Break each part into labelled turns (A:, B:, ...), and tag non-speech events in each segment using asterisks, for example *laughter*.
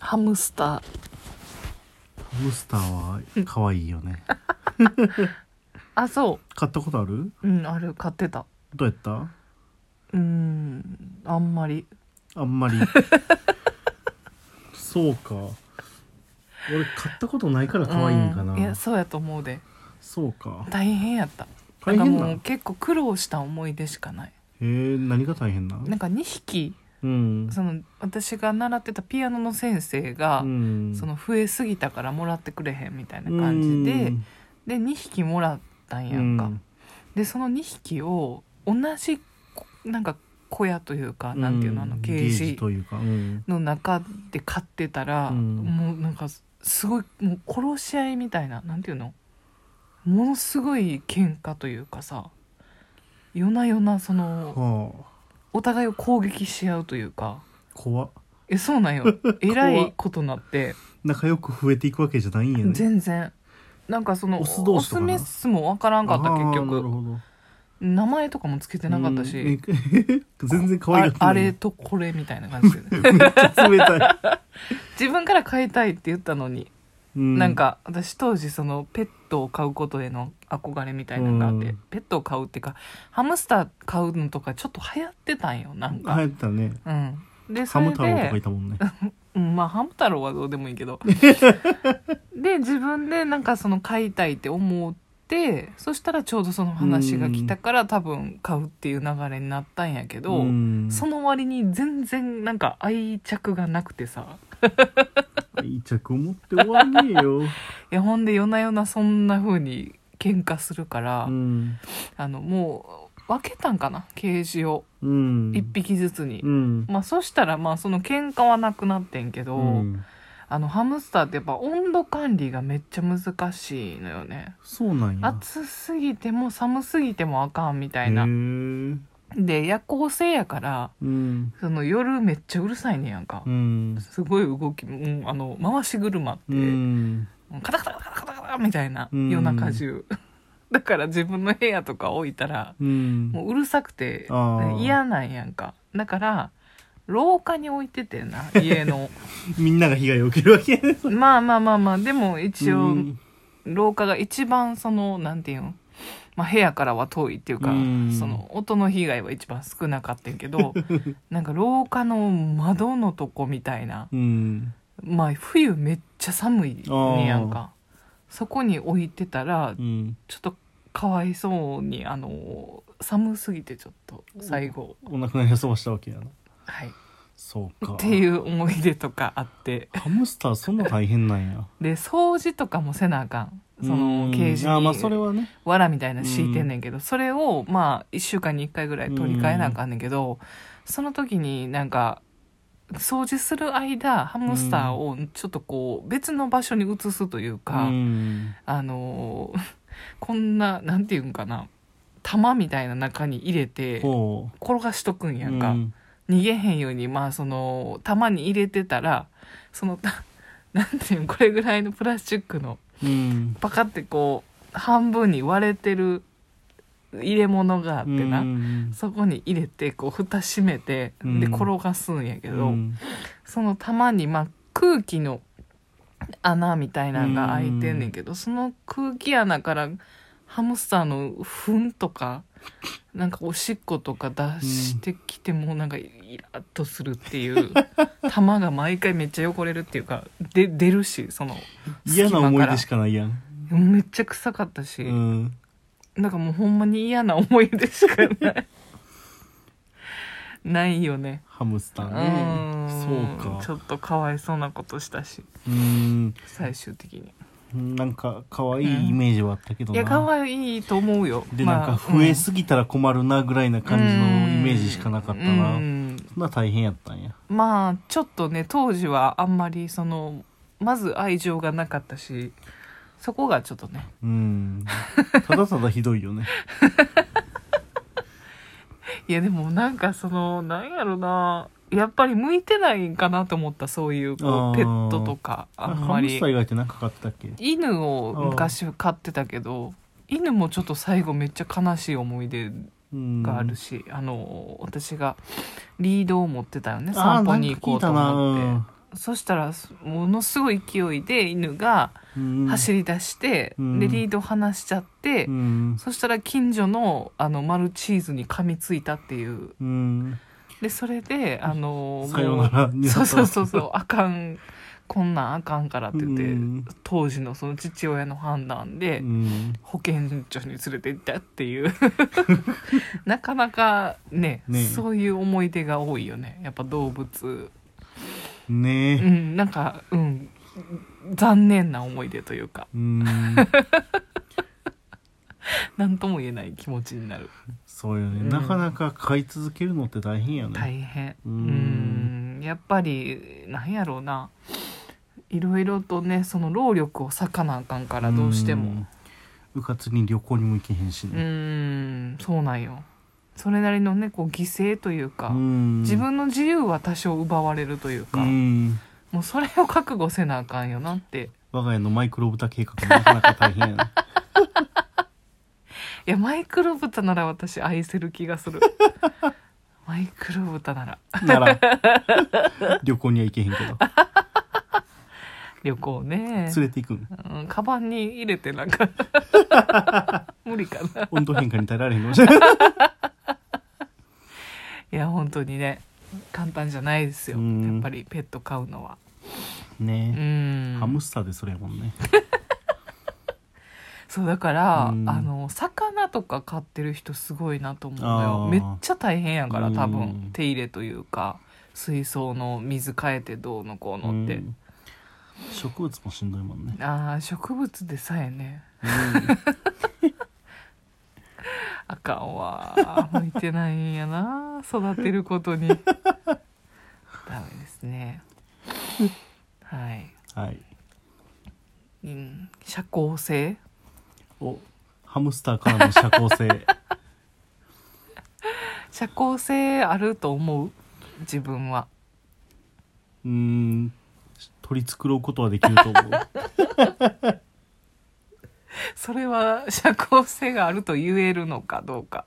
A: ハムスター
B: ハムスターは可愛い
A: *laughs*
B: よね
A: あそ
B: 買ったことある
A: ううんあれ買ってた
B: どうやった
A: うんあんまり
B: あん
A: *laughs*
B: まりそうか俺買ったことないから可愛いんかな、
A: ういやそうやと思うで
B: そうか
A: 大変やった
B: 大変
A: な
B: なん
A: かもう結構苦労した思い出しかない
B: えー、何が大変な
A: なんか2匹
B: うん
A: その私が習ってたピアノの先生が、
B: うん
A: その増えすぎたからもらってくれへんみたいな感じで、で2匹もらったん
B: うん
A: やんか、
B: うん
A: でその2匹を同じこなんか小屋というか、なんていうのあのケ
B: ゲ
A: ー
B: ージ
A: ジ
B: というか、うん
A: の中で飼ってたら、
B: うん
A: もうなんかすごいもう殺し合いみたいななんていうのものすごい喧嘩というかさ夜な夜なその
B: はあ
A: お互いを攻撃し合うというか
B: 怖っ
A: えそうなん
B: *laughs*
A: よえらいことなって
B: 仲良く増えていくわけじゃないんやね
A: 全然なんかその
B: オス同士とかな
A: メスもわからんかった
B: あー
A: 結
B: なる
A: 局
B: ほど
A: 名前とかもつけてなかったし、
B: うんえ全然可愛がって
A: あ
B: ない
A: あれとこれみたいな感じで
B: *laughs* めっちゃ冷た
A: 自分から飼いたいって言ったのに、
B: い、
A: なんか私当時そのペットを飼うことへの憧れみたいなのがあって、
B: うん
A: ペットを飼うっていうかハムスター飼うのとかちょっと流行ってたんよなんか、
B: 流行ってたね
A: うんでそ
B: ハ
A: れ
B: ム太郎とかい
A: で、
B: たもんね
A: うん、まあハム太郎はどうでもいい
B: *laughs*
A: けどで自分でなんかその飼いたいって思ってそしたらちょうどその話が来たから、多分飼うっていう流れになったんやけど、
B: うん
A: その割に全然なんか愛着がなくてさ
B: 愛着持って終わんねえ
A: *laughs*
B: よ、
A: いやほんで夜な夜なそんな風に喧嘩するから、
B: うん
A: あのもう分けたんかなケージを
B: うん、
A: 1匹ずつに、
B: うん、
A: まあそしたらまあその喧嘩はなくなってんけど、
B: うん
A: あのハムスターってやっぱ温度管理がめっちゃ難しいのよね
B: そうなんや
A: 暑すぎても寒すぎてもあかんみた
B: へ
A: いな、
B: ー
A: で夜行性やから
B: うん
A: その夜めっちゃうるさいねやんか、
B: うん
A: すごい動きもうあの回し車って、
B: うん
A: カタカタカタカタカタみたいな
B: うん
A: 夜中中だから自分の部屋とか置いたら
B: うん
A: もううるさくて
B: あー
A: 嫌なんやんかだから廊下に置いててんな家の *laughs*
B: みんなが被害を受けるわけやねそれ
A: まあまあまあまあでも一応
B: うん
A: 廊下が一番そのなんていうのまあ、部屋からは遠いっていうか、
B: うん
A: その音の被害は一番少なかったんやけ
B: *laughs*
A: どなんか廊下の窓のとこみたいな
B: うん
A: まあ冬めっちゃ寒いねやんかそこに置いてたら
B: うん
A: ちょっとかわいそうにあの寒すぎてちょっと最後、
B: お亡くなりを済ましたわけやな
A: はい、
B: そうか
A: っていう思い出とかあって
B: ハムスターそんな大変なんや
A: で掃除とかもせなあかんその
B: うん
A: ケージ
B: あーまあそれ
A: に
B: はね
A: わらみたいなの敷いてんねんけどそれをまあ1週間に1回ぐらい取り替えなあかんねんけどその時になんか掃除する間ハムスターをちょっとこう別の場所に移すというか。
B: うん
A: あのー *laughs* こんななんていうんかな玉みたいな中に入れて
B: ほ
A: 転がしとくん
B: う
A: やんか、
B: うん
A: 逃げへんようにまあその玉に入れてたらその *laughs* たなんていうんこれぐらいのプラスチックの
B: うん
A: パカってこう半分に割れてる入れ物があってな、
B: うん
A: そこに入れてこう蓋閉めてで
B: うん
A: 転がすんやけど、
B: うん
A: その玉にまあ空気の穴みたいなのが開いてんねんけど、その空気穴からハムスターの糞とかなんかおしっことか出してきてもうなんかイラッとするっていう玉が毎回めっちゃ汚れるっていうかで出るしその
B: 嫌な
A: 隙
B: 思
A: 間
B: い
A: から
B: 出しかないやん
A: めっちゃ臭かったし、
B: うん
A: なんかもうほんまに嫌な思い出しかない *laughs* ないよね
B: ハムスター
A: うん
B: ねそう
A: ち
B: か
A: ょっとかわいそうなことしたし
B: うん
A: 最終的に
B: なんか可愛いイメージはあったけど
A: い
B: な
A: や可愛いと思うよ
B: で
A: ま
B: な
A: あ
B: んか増えすぎたら困るなぐらいな感じのイメージしかなかった
A: う
B: なんそんな大変やったんや
A: まあちょっとね当時はあんまりそのまず愛情がなかったしそこがちょっとね *laughs*
B: うんただただひどいよね
A: いやでもなんかそのなんやろなやっぱり向いてないんかなと思ったそういうこ
B: あー
A: うペットとかあん
B: ハ
A: ま
B: ムス
A: り
B: ター以外って何か買ってたっけ
A: 犬を昔飼ってたけど犬もちょっと最後めっちゃ悲しい思い出
B: うん
A: があるし、あの私がリードを持ってたよね
B: あ
A: 散
B: ー
A: 歩に行こうと思って
B: なんか聞いたな
A: そしたらものすごい勢いで犬が走
B: り、
A: り出して、
B: うん
A: でリード離しちゃって、
B: うん
A: そしたら近所のあのマルチーズに噛みついたっていう
B: うん、
A: でそれであの
B: さようなら
A: もうそうそうそうそうあかんこんなんあかんからって言って、
B: うん
A: 当時のその父親の判断で、
B: うん
A: 保健所に連れて行ったっていう
B: *laughs*
A: なかなかね
B: ねえ
A: そういう思い出が多いよねやっぱ動物
B: ね
A: う
B: え、
A: んなんかうん残念な思い出というか
B: うん、
A: 何とも言えない気持ちになる
B: そうよね、
A: うん
B: なかなか飼い続けるのって大変やね、
A: 大変
B: う
A: うんんやっぱりなんやろうないろいろとねその労力を割かなあかんからどうしても
B: うんうかつに旅行にも行けへんし
A: う
B: ね、
A: んそうなんよそれなりのねこう犠牲というか、
B: うん
A: 自分の自由は多少奪われるというか、
B: うん
A: もうそれを覚悟せなあかんよなって
B: 我が家のマイクロ豚計画もなかなか大変
A: *laughs*
B: やね
A: いやマイクロ豚なら私愛せる気がす
B: *laughs*
A: るマイクロ豚なら
B: なら旅行には行けへんけど
A: 旅行ね
B: 連れて行くん
A: うん、カバンに入れてなん
B: *laughs*
A: か無理かな
B: 温度変化に耐えられへんかもしれない
A: いや本当にね簡単じゃないですよ
B: うん
A: やっぱりペット飼うのはう
B: ね
A: ん
B: ハムスターでそれやもんね
A: そうだから、
B: うん
A: あの魚とか飼ってる人すごいなと思う
B: あー
A: のよめっちゃ大変やから多分、
B: うん
A: 手入れというか水槽の水変えてどうのこうのって、
B: うん植物もしんどいもんね、
A: あー植物でさえね *laughs* あかんわ向いてないんやな育てることにダメですねはい、
B: はい
A: うん、社交性
B: おハムスターからの社
A: *laughs*
B: 交性
A: 社交性あると思う自分は
B: うーん取り繕うことはできると思う
A: それは社交性があると言えるのかどうか、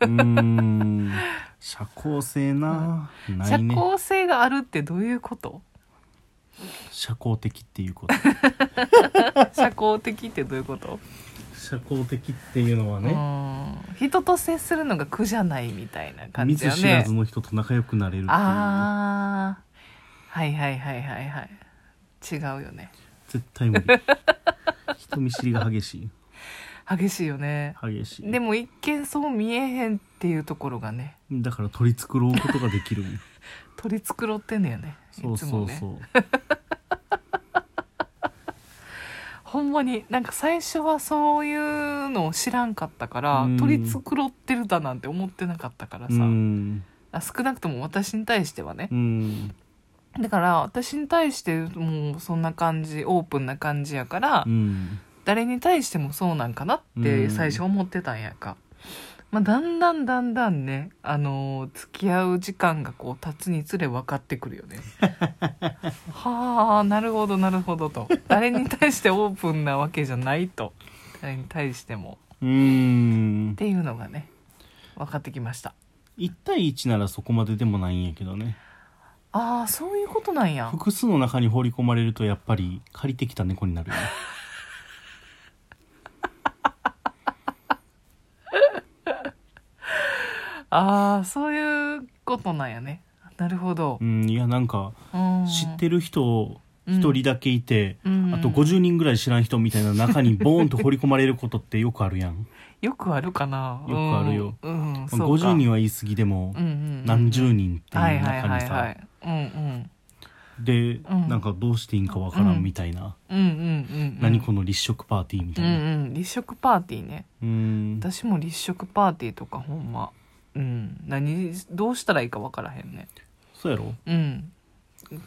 B: うーん社交性な、な
A: 社
B: いね
A: 交性があるってどういうこと
B: 社交的っていうこと
A: 社交的ってどういうこと
B: 社交的っていうのは
A: う、ん人と接するのが苦じゃないみたいな感
B: 見
A: じ
B: ず
A: よ
B: 知ら
A: ね
B: ずの人と仲良くなれるっていう
A: ああはいはいはいはいはい違うよね
B: 絶対無理 *laughs* 人見知りが激しい
A: 激しいよね
B: 激しい
A: でも一見そう見えへんっていうところがね
B: だから取り繕うことができるんよ
A: 取り繕ってんのよねい
B: そう
A: つ
B: そ
A: も
B: う
A: ね
B: そう、
A: ほんまになんか最初はそういうのを知らんかったから
B: うん
A: 取り繕ってるだなんて思ってなかったから
B: う
A: さ、
B: ん
A: あ少なくとも私に対してはね
B: う、ん
A: だから私に対してもうそんな感じオープンな感じやから、
B: うん
A: 誰に対してもそうなんかなって最初思ってたんやんか、まあ、だんだんだんだんね、あのー付き合う時間がこう経つにつれ分かってくるよ
B: *laughs*
A: ねはあなるほどなるほどと誰に対してオープンなわけじゃないと誰に対しても
B: うん
A: っていうのがね分かってきました
B: 1対1ならそこまででもないんやけどね
A: ああそういうことなんや
B: 複数の中に放り込まれるとやっぱり借りてきた猫になるよね
A: ああそういうことなんやねなるほど
B: う、んいやなんか
A: うん、
B: 知ってる人1人だけいて、
A: うん
B: あと50人ぐらい知らん人みたいな中にボーンと放り込まれることってよくあるやん
A: よくあるかな
B: よくあるよ、
A: うんうん、そうか
B: 50人は言い過ぎでも
A: うんうんうんうん
B: 何十人っていう
A: は
B: 中
A: い
B: にさ、
A: はいはいはいうんうん
B: で、
A: うん
B: なんかどうしていいんかわからんみたいな、
A: うんうんうんうん
B: 何この立食パーティーみ
A: う
B: た
A: ん
B: いな
A: うん立食パーティーね
B: うん
A: 私も立食パーティーとかほんまうん何どうしたらいいか分からへんね
B: そうやろ、
A: うん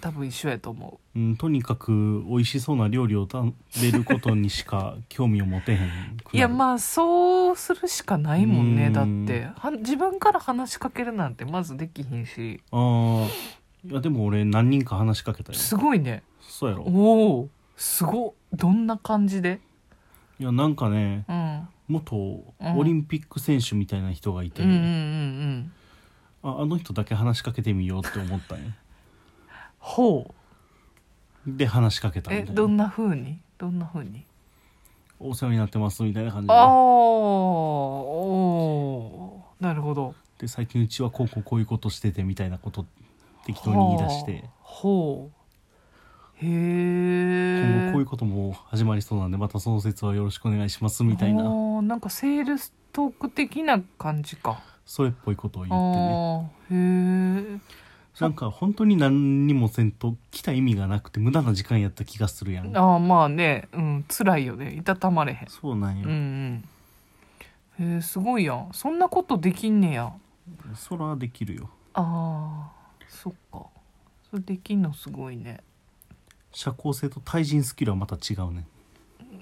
A: 多分一緒やと思
B: うん、とにかく美味しそうな料理を食べることにしか興味を持てへん
A: ういや
B: あ
A: まあそうするしかないもん
B: う
A: ね
B: ん
A: だっては自分から話しかけるなんてまずできひんし
B: あーいやでも俺何人か話しかけたよ
A: すごいね
B: そうやろ
A: おおすごっどんな感じで
B: いやなんかね
A: うん
B: 元オリンピック選手みたいな人がいて、
A: うんうんうんうん
B: ああの人だけ話しかけてみようって思ったんや
A: ほう
B: で話しかけたみ
A: え
B: たい
A: ど
B: なん
A: な風にどんな風に
B: お世話になってますみたいな感じで
A: ああおーなるほど
B: で最近うちはこうこうこういうことしててみたいなこと適当に言い出して
A: ほうへ
B: 今後
A: え
B: こういうことも始まりそうなんでまたその説はよろしくお願いしますみたい
A: あ
B: な
A: ーなんかセールストーク的な感じか
B: それっぽいことを言
A: あ
B: って
A: あ
B: ね
A: ーへえ
B: なんか本当に何にもせんと来た意味がなくて無駄な時間やった気がするやん
A: ああまあねうん辛いよねいたたまれへん
B: そうなんよ、
A: うんうんへえすごいやんそんなことできんねや
B: そらできるよ
A: あーそっかそれできんのすごいね
B: 社交性と対人スキルはまた違うね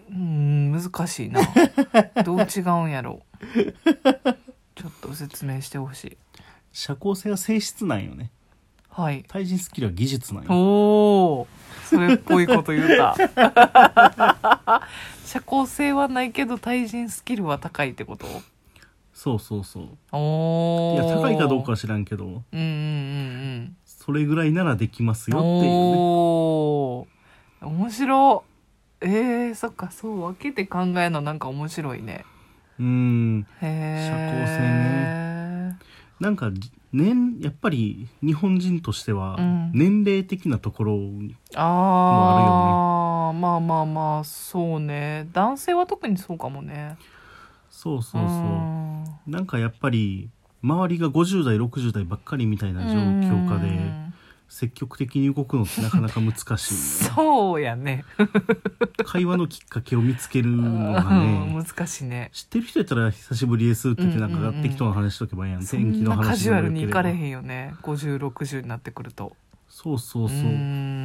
A: うん難しい
B: *laughs*
A: などう違うんやろちょっと説明してほしい
B: 社交性は性質なんよね
A: はい
B: 対人スキルは技術なんよ
A: おおそれっぽいこと言うた *laughs* 社交性はないけど対人スキルは高いってこと
B: そうそうそう
A: おお
B: いや高いかどうかは知らんけど
A: うんうんうん
B: それぐらいならできます
A: うん
B: よっていうね
A: おー面白えー、そっかそう分けて考えるのなんか面白いね
B: うん
A: へえ
B: 社交性ねなんかじ年やっぱり日本人としては
A: うん
B: 年齢的なところを
A: ああ、まあまあまあそうね男性は特にそうかもね
B: そうそうそううんなんかやっぱり周りが50代60代ばっかりみたいな状況下
A: う
B: で
A: ん
B: 積極的に動くのってなかなか難しいよね
A: *laughs* そうやね
B: 会話のきっかけを見つけるのが
A: *laughs*
B: ね
A: うん難しいね
B: 知ってる人やったら久しぶりですって言ってなん
A: うんうんう
B: か
A: ん
B: 適当な話しとけばいいやん
A: そ
B: 天気
A: ん
B: の
A: なカ
B: 話
A: ジ
B: で
A: ュ
B: も
A: ア
B: よ
A: ル
B: け
A: に
B: れ
A: 行
B: ば
A: かれへんよね5060になってくると
B: そうそうそう
A: うん